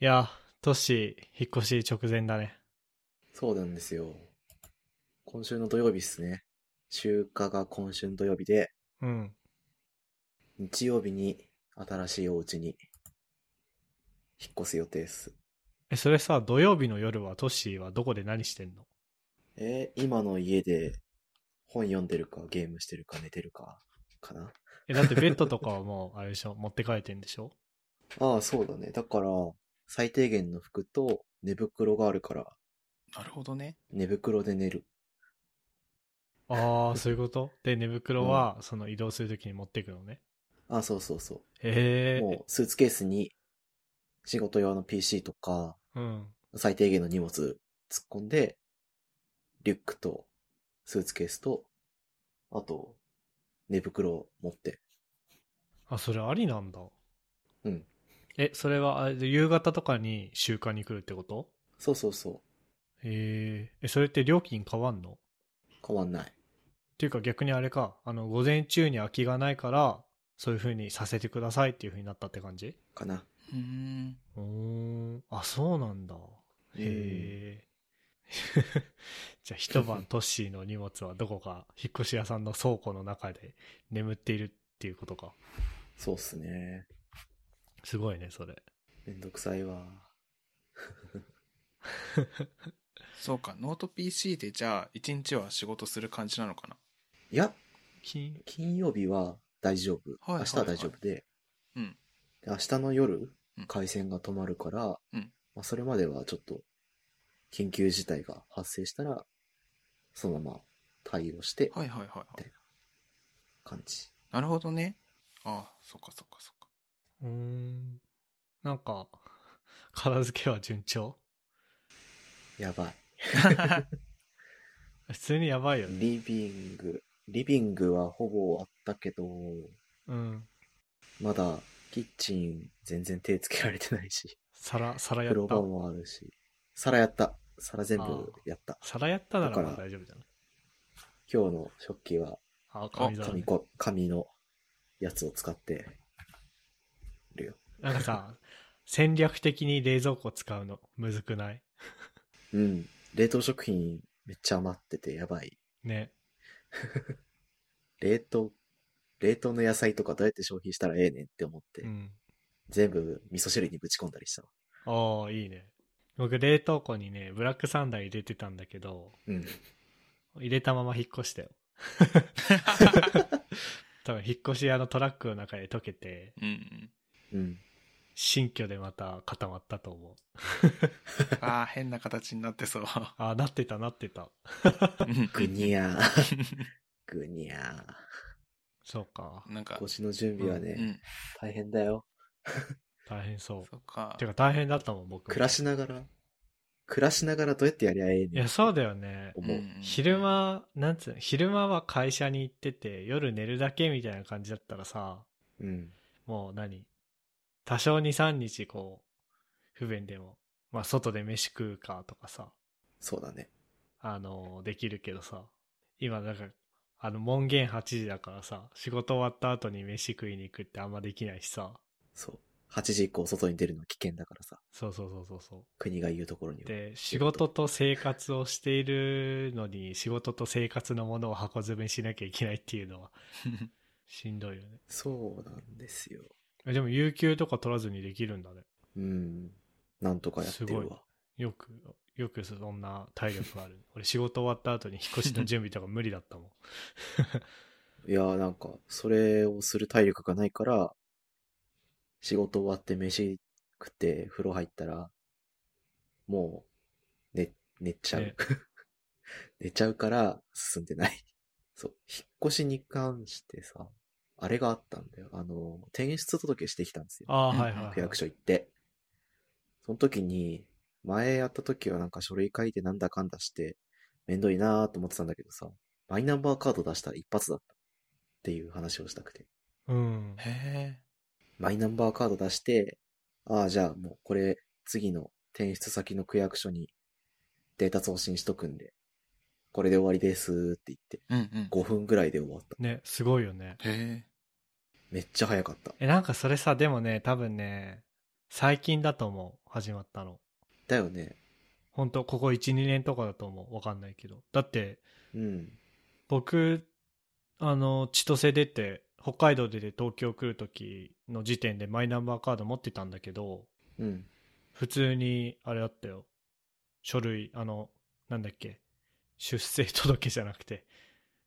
いや、トッシー、引っ越し直前だね。そうなんですよ。今週の土曜日っすね。集荷が今週の土曜日で、うん。日曜日に新しいお家に引っ越す予定です。え、それさ、土曜日の夜はトッシーはどこで何してんのえー今の家で本読んでるか、ゲームしてるか、寝てるか、かな。え、だってベッドとかはもう、あれでしょ、 持って帰ってんでしょああ、そうだね。だから、最低限の服と寝袋があるから、なるほどね。寝袋で寝る。ああ、そういうことで、寝袋は、その移動するときに持ってくのね。ああ、そうそうそへう。もうスーツケースに仕事用の PC とか、え。うん。最低限の荷物突っ込んで、リュックと、スーツケースと、あと、寝袋を持って。あ、それありなんだ。うん。え、それは、あれで夕方とかに集荷に来るってことそうそうそへえ。え、それって料金変わんのっう。変わんない。ていうか逆にあれか、あの、午前中に空きがないから、そういう風にさせてくださいっていう風になったって感じかな。うーん。うーん。あ、そうなんだ。へえ。 じゃあ一晩トッシーの荷物はどこか引っ越し屋さんの倉庫の中で眠っているっていうことか。そうっすね。すごいね、それ。めんどくさいわ。そうか、ノート PC でじゃあ、一日は仕事する感じなのかな。いや、金金曜日は大丈夫。はいはいはい明日は大丈夫で。うんで明日の夜うん、回線が止まるから、うんまあ、それまではちょっと、緊急事態が発生したら、そのまま対応して、はいはいはいはい。感じ。なるほどね。ああ、そっかそっかそっか。うーん。なんか、片付けは順調やばい。普通にやばいよね。リビング。リビングはほぼあったけど、うん。まだキッチン全然手つけられてないし、皿、皿や風っ呂た場。もあるし、皿やった。皿全あー部やった。皿やったならだかまらあ大丈夫じゃない今日の食器はあ、紙皿、紙ね。こ、紙のやつを使ってるよ。なんかさ、戦略的に冷蔵庫使うのむずくないうん。冷凍食品めっちゃ余っててやばい。ね。冷凍、冷凍の野菜とかどうやって消費したらええねんって思って、うん。全部味噌汁にぶち込んだりしたわ。ああ、いいね。僕、冷凍庫にね、ブラックサンダー入れてたんだけど、うん。入れたまま引っ越したよ。多分、引っ越し屋のトラックの中で溶けて、うんうん。うん。新居でまた固まったと思う。ああ、変な形になってそう。ああ、なってた、なってた。ぐにゃー。 ぐにゃー。そうか。 なんか、腰の準備はね、うん。大変だよ。大変そう。そっかて。か、大変だったもん、僕も。暮らしながら、暮らしながらどうやってやりゃええいねんや、。そうだよね。思う。んん昼。間、なんつうの、昼間は会社に行ってて、夜寝るだけみたいな感じだったらさ、うん。もう何多少2、3日こう、不便でも、まあ外で飯食うかとかさ、そうだね。あの、できるけどさ、今なんか、あの門限8時だからさ、仕事終わった後に飯食いに行くってあんまできないしさ、そう。8時以降外に出るの危険だからさ。そうそうそうそうそ国が言うところう。には。で、仕事と生活をしているのに、仕事と生活のものを箱詰めしなきゃいけないっていうのは、しんどいよね。そうなんですよ。えでも、有給とか取らずにできるんだね。うん。なんとかやってするごいわ。よく、よくそんな体力がある。 俺仕事終わった後に引っ越しの準備とか無理だったもん。いやーなんか、それをする体力がないから、仕事終わって飯食って風呂入ったら、もう、寝、寝ちゃう。ね 寝ちゃうから進んでない。そう。引っ越しに関してさ、あれがあったんだよ。あの、転出届してきたんですよ。 ああ、はいはい、はい。区役所行って。その時に、前やった時はなんか書類書いてなんだかんだして、めんどいなーと思ってたんだけどさ、マイナンバーカード出したら一発だったっていう話をしたくて。うん。へえ。マイナンバーカード出して、ああ、じゃあもうこれ次の転出先の区役所にデータ送信しとくんで、これで終わりですーって言って、うんうん。 5分ぐらいで終わった。ね、すごいよね。へえ。めっちゃ早かった。え、なんかそれさ、でもね、多分ね、最近だと思う、始まったの。だよね。ほんと、ここ1、2年とかだと思う。わかんないけど。だって、うん。僕、あの、千歳出て、北海道出て東京来る時の時点でマイナンバーカード持ってたんだけど、うん。普通に、あれだったよ。書類、あの、なんだっけ。出生届じゃなくて、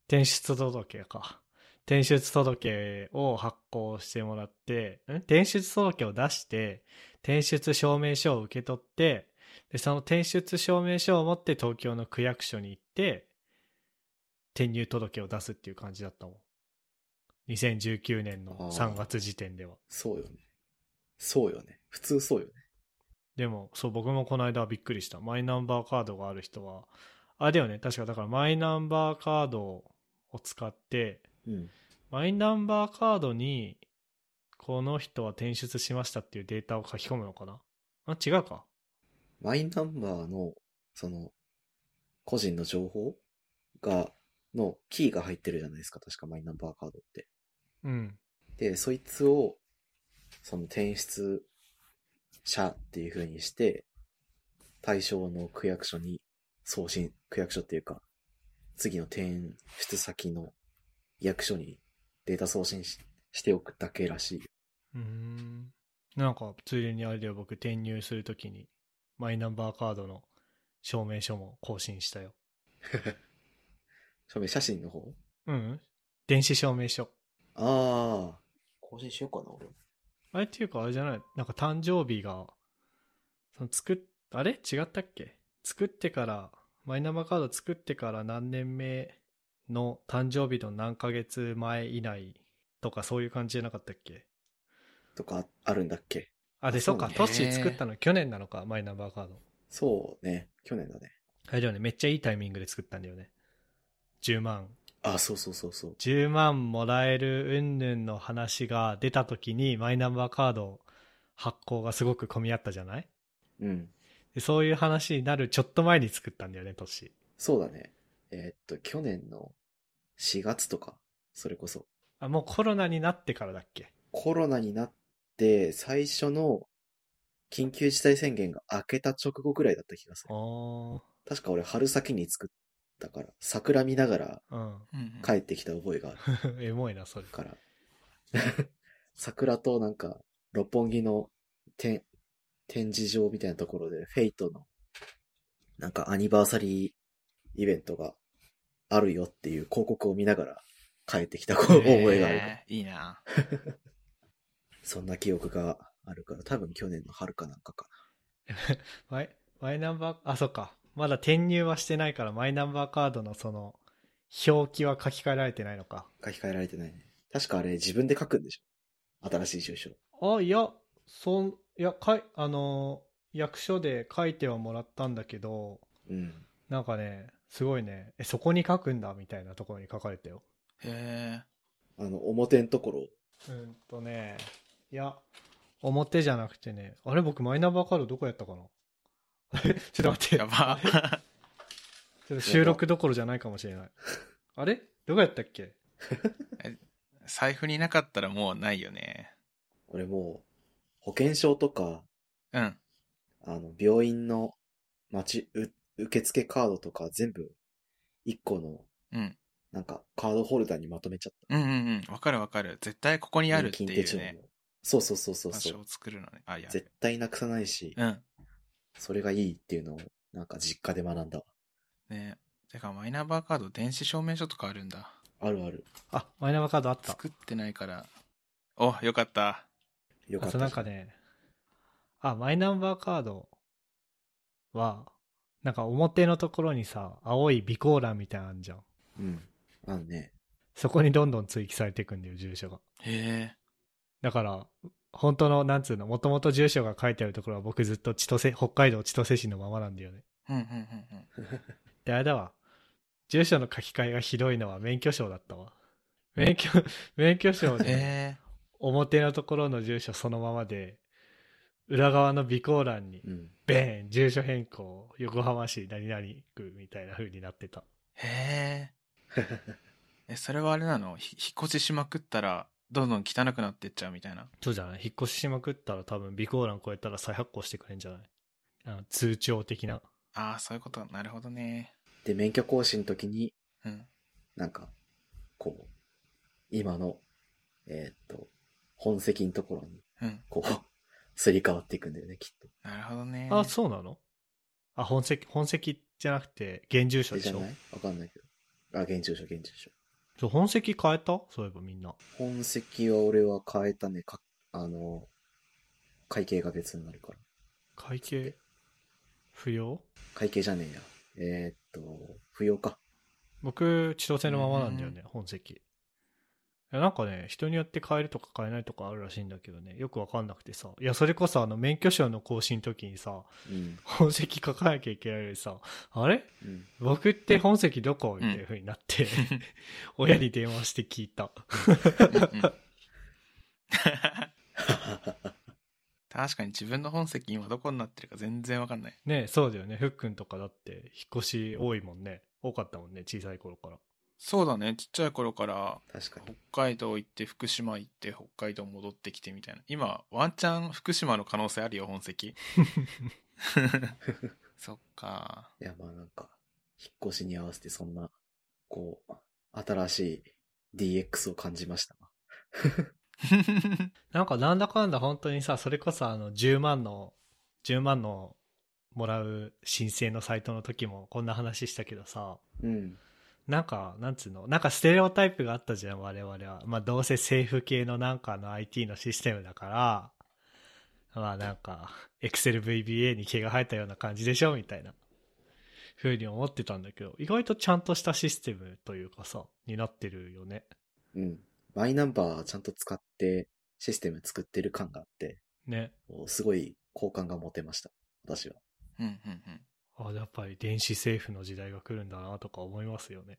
転出届か。転出届を発行してもらって、ん転出届を出して、転出証明書を受け取って、で、その転出証明書を持って東京の区役所に行って、転入届を出すっていう感じだったもん。2019年の3月時点では。そうよね。そうよね。普通そうよね。でも、そう、僕もこの間びっくりした。マイナンバーカードがある人は、あれだよね、確かだからマイナンバーカードを使って、うん。マイナンバーカードに、この人は転出しましたっていうデータを書き込むのかなあ、違うか。マイナンバーの、その、個人の情報が、のキーが入ってるじゃないですか。確かマイナンバーカードって。うん。で、そいつを、その転出者っていう風にして、対象の区役所に送信、区役所っていうか、次の転出先の役所にデータ送信ししておくだけらしい。うーん。なんか、ついでにあれだよ、僕転入するときに、マイナンバーカードの証明書も更新したよ。証明写真の方うん電子証明書。ああ。更新しようかな、俺。あれっていうかあれじゃないなんか誕生日が、その作っ、あれ違ったっけ作ってから、マイナンバーカード作ってから何年目の誕生日の何ヶ月前以内とかそういう感じじゃなかったっけとかああるんだっけあ、で、そそううねか、トッシー作ったの去年なのか、マイナンバーカード。そうね。去年だね。あれだよね、めっちゃいいタイミングで作ったんだよね。10万。あそうそうそうそう。 10万もらえる云々の話が出た時にマイナンバーカード発行がすごく混み合ったじゃないうん。でそういう話になるちょっと前に作ったんだよね、トッシー。そうだね。えーっと、去年の4月とか、それこそ。あ、もうコロナになってからだっけコロナになって、最初の緊急事態宣言が明けた直後ぐらいだった気がする。お確か俺春先に作ったから、桜見ながらー。うん。 うん帰ってきた覚えがあるエモいな、それ。から。 桜となんか、六本木の展展示場みたいなところで、フェイトの、なんかアニバーサリーイベントがあるよっていう広告を見ながら帰ってきた覚えがあるから。えーいいな。そんな記憶があるから、多分去年の春かなんかかマイ、マイナンバー、あ、そっか。まだ転入はしてないから、マイナンバーカードのその、表記は書き換えられてないのか。な。書き換えられてないね。確かあれ自分で書くんでしょ新しい住所。あ、いや、そん、いや、かい、あのー役所で書いてはもらったんだけど、うん。なんかね、すごいね、え、そこに書くんだ、みたいなところに書かれたよ。へあの、表んところ。うんとね、いや、表じゃなくてね、あれ僕マイナンバーカードどこやったかな ちょっと待え。ってや、ば。ちょっと収録どころじゃないかもしれない。あれどこやったっけ財布になかったらもうないよね。俺もう、保険証とか、うん。あの、病院の待ち、う、受付カードとか全部、一個の、うん。なんか、カードホルダーにまとめちゃった。うんうんうん。わかるわかる。絶対ここにあるって金いうね。そうそうそうそう場そ所う。を作るのね。あ、いや。絶対なくさないし、うん。それがいいっていうのを、なんか実家で学んだわ。ねてか、マイナンバーカード、電子証明書とかあるんだ。あるある。あ、マイナンバーカードあった。作ってないから。お、よかった。よかあっとた。なんかね、あ、マイナンバーカードは、なんか表のところにさ、青い備考欄みたいなのあんじゃん。うん。あのね、そこにどんどん追記されていくんだよ、住所が。へえ。だから、本当の、なんつうの、もともと住所が書いてあるところは僕ずっと千歳、北海道千歳市のままなんだよね。うんうんうんうん。で、あれだわ。住所の書き換えがひどいのは免許証だったわ。免許、 免許証で、へえ。表のところの住所そのままで、裏側の備考欄にう、ん。ベーン、住所変更、横浜市何々区みたいな風になってた。へえ。え、それはあれなのひ引っ越ししまくったら、どんどん汚くなってっちゃうみたいな。そうじゃない引っ越ししまくったら多分備考欄超えたら再発行してくれんじゃないあの通帳的な。ああ、そういうこと。なるほどね。で、免許更新の時に、うん。なんか、こう、今の、えーっと、本籍のところに、うん。こう、すり替わっていくんだよね、きっと。なるほどね。あ、そうなのあ、本籍、本籍じゃなくて、現住所えでじしゃょないわかんないけど。あ、現住所、現住所。そう本籍変えたそういえばみんな。本籍は俺は変えたね、か、あの、会計が別になるから。会計不要会計じゃねえや。えーっと、不要か。僕、千歳のままなんだよね、本籍。いやなんかね、人によって変えるとか変えないとかあるらしいんだけどね、よくわかんなくてさ。いや、それこそあの、免許証の更新の時にさ、 うん。本籍書かなきゃいけないのにさ、あれうん。 僕って本籍どこみたいな風になって、 親に電話して聞いた。うんうん確かに自分の本籍今どこになってるか全然わかんない。ねそうだよね。ふっくんとかだって、引っ越し多いもんね。多かったもんね、小さい頃から。そうだね。ちっちゃい頃から確かに。北海道行って福島行って北海道戻ってきてみたいな。今、ワンチャン福島の可能性あるよ、本籍。そっか。いや、まあなんか、引っ越しに合わせてそんな、こう、新しい DX を感じましたわ。なんかなんだかんだ本当にさ、それこそあの、10万の、10万のもらう申請のサイトの時もこんな話したけどさ、うん。なんか、なんつうの、なんかステレオタイプがあったじゃん、我々は。まあ、どうせ政府系のなんかの IT のシステムだから、まあなんか、Excel VBA に毛が生えたような感じでしょ、みたいな、ふうに思ってたんだけど、意外とちゃんとしたシステムというかさ、になってるよね。うん。マイナンバーちゃんと使って、システム作ってる感があって、ね。こうすごい好感が持てました。私は。うんうんうん。あ、やっぱり電子政府の時代が来るんだな、とか思いますよね。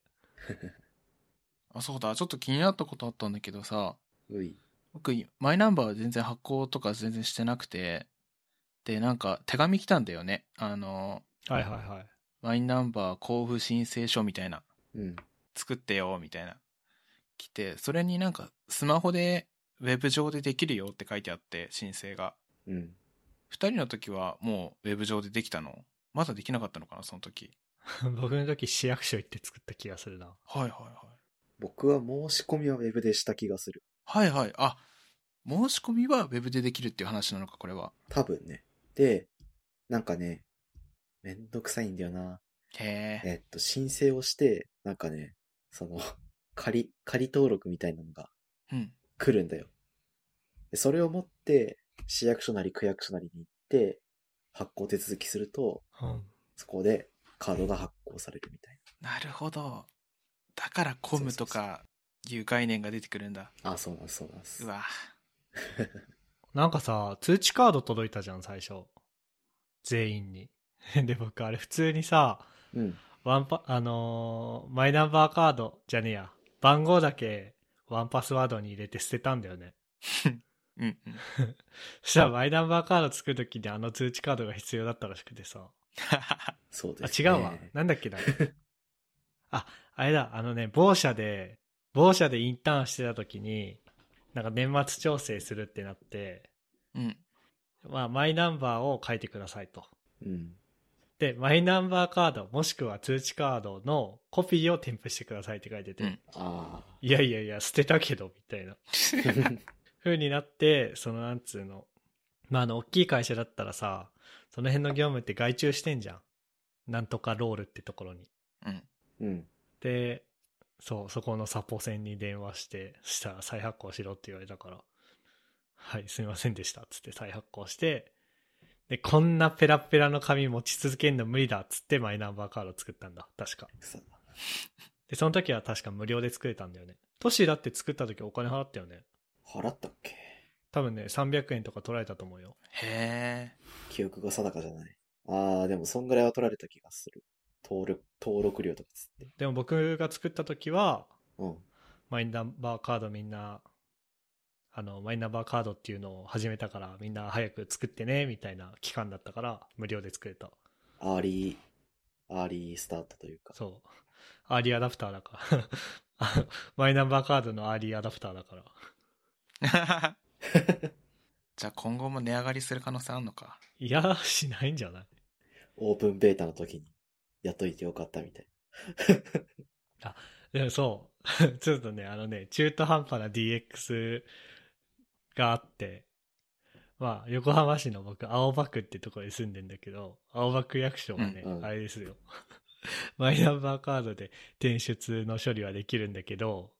あ、そうだ。ちょっと気になったことあったんだけどさ、うい。僕、マイナンバーは全然発行とか全然してなくて、で、なんか手紙来たんだよね。あの、はいはいはい。マイナンバー交付申請書みたいな。うん。作ってよ、みたいな。来て、それになんか、スマホで、ウェブ上でできるよって書いてあって、申請が。うん。二人の時はもう、ウェブ上でできたのまだできなかったのかな、その時。 僕の時市役所行って作った気がするな。はいはいは僕は申し込みはウェブでした気がする。い。はいはい。あ、申し込みはウェブでできるっていう話なのか、これは。多分ね。で、なんかね、めんどくさいんだよな。へえ。えっと、申請をして、なんかね、その、 仮、仮登録みたいなのがうん。来るんだよ。でそれを持って、市役所なり区役所なりに行って、発行手続きすると、うん。そこでカードが発行されるみたいなるほど。だから、コムとか、いう概念が出てくるんだ。な。あ、そうなんです、そうなんですう。わ。なんかさ、通知カード届いたじゃん、最初。全員に。 で、僕、あれ、普通にさ、うん。ワンパ、あのーマイナンバーカードじゃねえや。番号だけ、ワンパスワードに入れて捨てたんだよね。うんうん。そしたら、マイナンバーカード作るときにあの通知カードが必要だったらしくてさ。そうあ、です、違ね。うわ。なんだっけ な。あ、あれだ、あのね、某社で、某社でインターンしてたときに、なんか年末調整するってなって、 うん。まあ、マイナンバーを書いてくださいと。うん。で、マイナンバーカード、もしくは通知カードのコピーを添付してくださいって書いてて、うんあいやいやいや、捨てたけど、みたいな。あ。風になって、その、なんつうの。まあ、あの、大きい会社だったらさ、その辺の業務って外注してんじゃん。なんとかロールってところに。うん。 うん。で、そう、そこのサポ線に電話して、したら再発行しろって言われたから、はい、すみませんでした、つって再発行して、で、こんなペラペラの紙持ち続けるの無理だ、つってマイナンバーカード作ったんだ、確か。さで、その時は確か無料で作れたんだよね。トシだって作った時お金払ったよね。払ったっけ多分ね、300円とか取られたと思うよ。へえ。 記憶が定かじゃない。ああ、でもそんぐらいは取られた気がする。登録、登録料とかつって。でも僕が作った時は、うん。マイナンバーカードみんな、あの、マイナンバーカードっていうのを始めたから、みんな早く作ってね、みたいな期間だったから、無料で作れた。アーリー、アーリースタートというか。そう。 アーリーアダプターだから。あのマイナンバーカードのアーリーアダプターだから。じゃあ今後も値上がりする可能性あんのか。いや、しないんじゃない オープンベータの時にやっといてよかったみたいでもそう。 ちょっとね、あのね、中途半端な DX があって、まあ、横浜市の僕、青葉区ってところに住んでんだけど、青葉区役所はね、うんうんあれですよ。 マイナンバーカードで転出の処理はできるんだけど、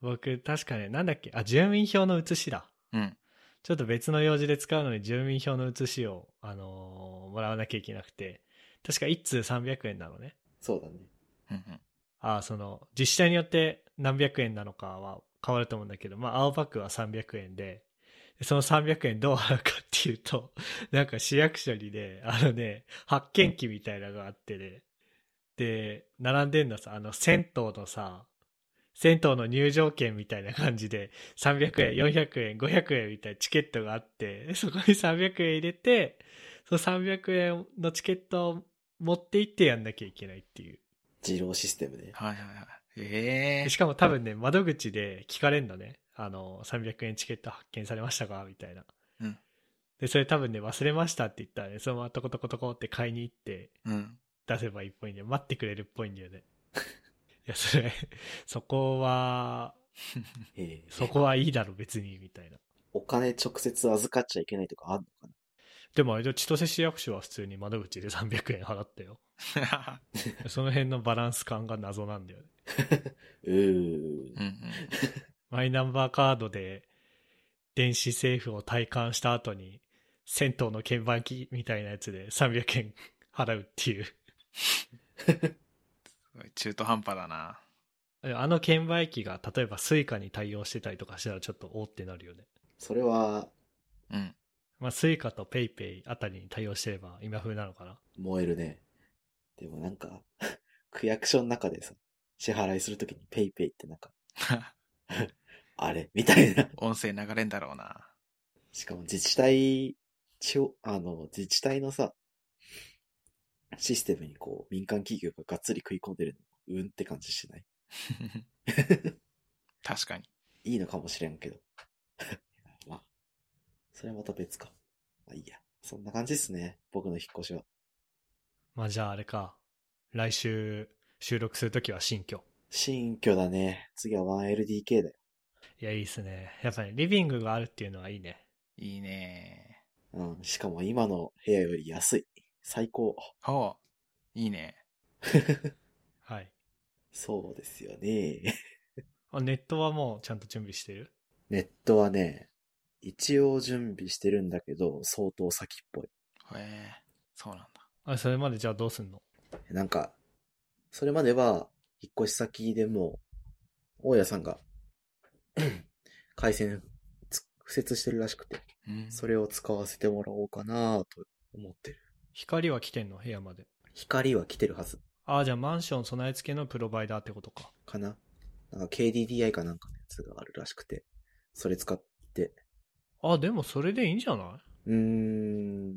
僕、確かね、なんだっけ、あ、住民票の写しだ。うん。ちょっと別の用事で使うのに住民票の写しを、あのーもらわなきゃいけなくて、確か1通300円なのね。そうだね。うんうん。あその自治体によって何百円なのかは変わると思うんだけど、まあ、青パックは300円で、でその300円どう払うかっていうと、 なんか市役所にね、あのね、発見機みたいなのがあってね、で、並んでんのさ、あの、銭湯のさ、銭湯の入場券みたいな感じで、300円、400円、500円みたいなチケットがあって、そこに300円入れて、その300円のチケットを持って行ってやんなきゃいけないっていう。自動システムね。はいはいはい。ええでしかも多分ね、窓口で聞かれんのね。あの、300円チケット発見されましたかみたいな。うんで、それ多分ね、忘れましたって言ったらね、そのままトコトコトコって買いに行ってうん。出せばいいっぽいんだよ。待ってくれるっぽいんだ よね。いや、それ、そこは、ええそこはいいだろ、別に、みたいな。お金直接預かっちゃいけないとかあんのかなでもあれじゃ、千歳市役所は普通に窓口で300円払ったよ。その辺のバランス感が謎なんだよね。うーんう。ん うん。マイナンバーカードで電子政府を体感した後に銭湯の券売機みたいなやつで300円払うっていう。すごい中途半端だな。あの券売機が例えばスイカに対応してたりとかしたらちょっとおーってなるよね。それはうん。 まあスイカとペイペイあたりに対応してれば今風なのかな。燃えるね。でもなんか、 区役所の中でさ、支払いするときにペイペイってなんか、あれみたいな。音声流れんだろうな。しかも自治体、地方、あの、自治体のさ、システムにこう、民間企業ががっつり食い込んでるの、うんって感じしない。確かに。いいのかもしれんけど。 まあ、それはまた別か。まあいいや。そんな感じですね。僕の引っ越しは。まあじゃああれか。来週収録するときは新居。新居だね。次は 1LDK だよ。いやいいっすね。やっぱりリビングがあるっていうのはいいね。いいねうん。しかも今の部屋より安い。最高。ほう。いいねはい。そうですよね。 あネットはもうちゃんと準備してるネットはね、一応準備してるんだけど、相当先っぽい。へえそうなんだ。あ、それまでじゃあどうすんのなんか、それまでは、引っ越し先でもう、大家さんが、 回線つ、敷設してるらしくて、うん。それを使わせてもらおうかなと思ってる。光は来てんの部屋まで。光は来てるはずああ、じゃあマンション備え付けのプロバイダーってことか。かななんか KDDI かなんかのやつがあるらしくて、それ使って、あ、でもそれでいいんじゃないうーん、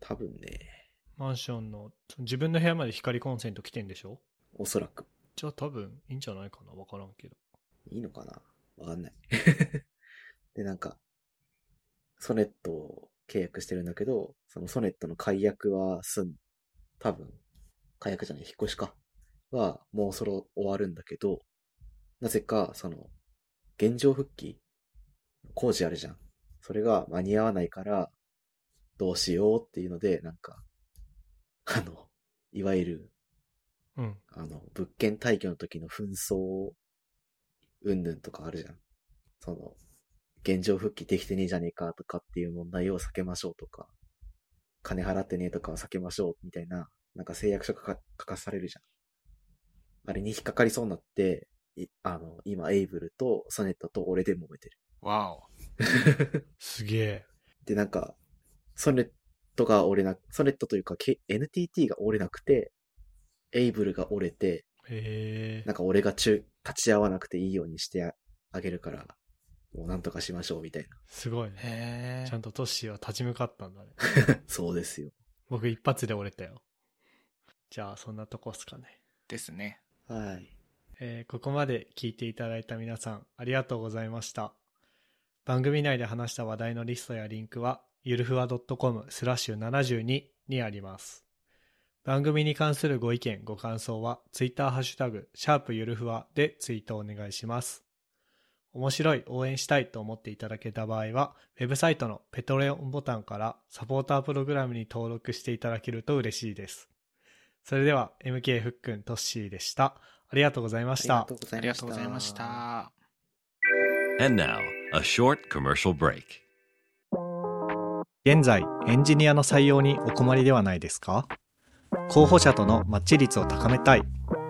多分ね、マンションの、その自分の部屋まで光コンセント来てんでしょおそらく、じゃあ多分いいんじゃないかなわからんけど。いいのかなわかんない。で、なんか、ソネットを契約してるんだけど、そのソネットの解約はすん、多分、解約じゃない、引っ越しか。は、もうそろ終わるんだけど、なぜか、その、現状復帰工事あるじゃん。それが間に合わないから、どうしようっていうので、なんか、あの、いわゆるうん。あの、物件退去の時の紛争、うんぬんとかあるじゃん。その、現状復帰できてねえじゃねえかとかっていう問題を避けましょうとか、金払ってねえとかは避けましょうみたいな、なんか誓約書書か書かされるじゃん。あれに引っかかりそうになって、いあの、今、エイブルとソネットと俺で揉めてる。わお。すげえ。で、なんか、ソネットが折れな、ソネットというか、K- NTT が折れなくて、エイブルが折れて、へえなんか俺が中、立ち会わなくていいようにしてああげるから、もうなんとかしましょうみたいすごいね。へえちゃんとトッシーは立ち向かったんだね。 な。そうですよ。僕一発で折れたよ。じゃあそんなとこっすかね。ですね。はい。えーここまで聞いていただいた皆さんありがとうございました。番組内で話した話題のリストやリンクは、ゆるふわ .com スラッシュ72にあります。番組に関するご意見、ご感想は、ツイッターハッシュタグ、シャープゆるふわでツイートお願いします。面白い、応援したいと思っていただけた場合は、ウェブサイトのペトレオンボタンからサポータープログラムに登録していただけると嬉しいです。それでは、MK ふっくん、トッシーでした。ありがとうございましありがたと。うござあいりまがし。とうございましたた。 And now, a short commercial break. 現在エンジニアの採用にお困りではないですか候補者とのマッチ率を高めたい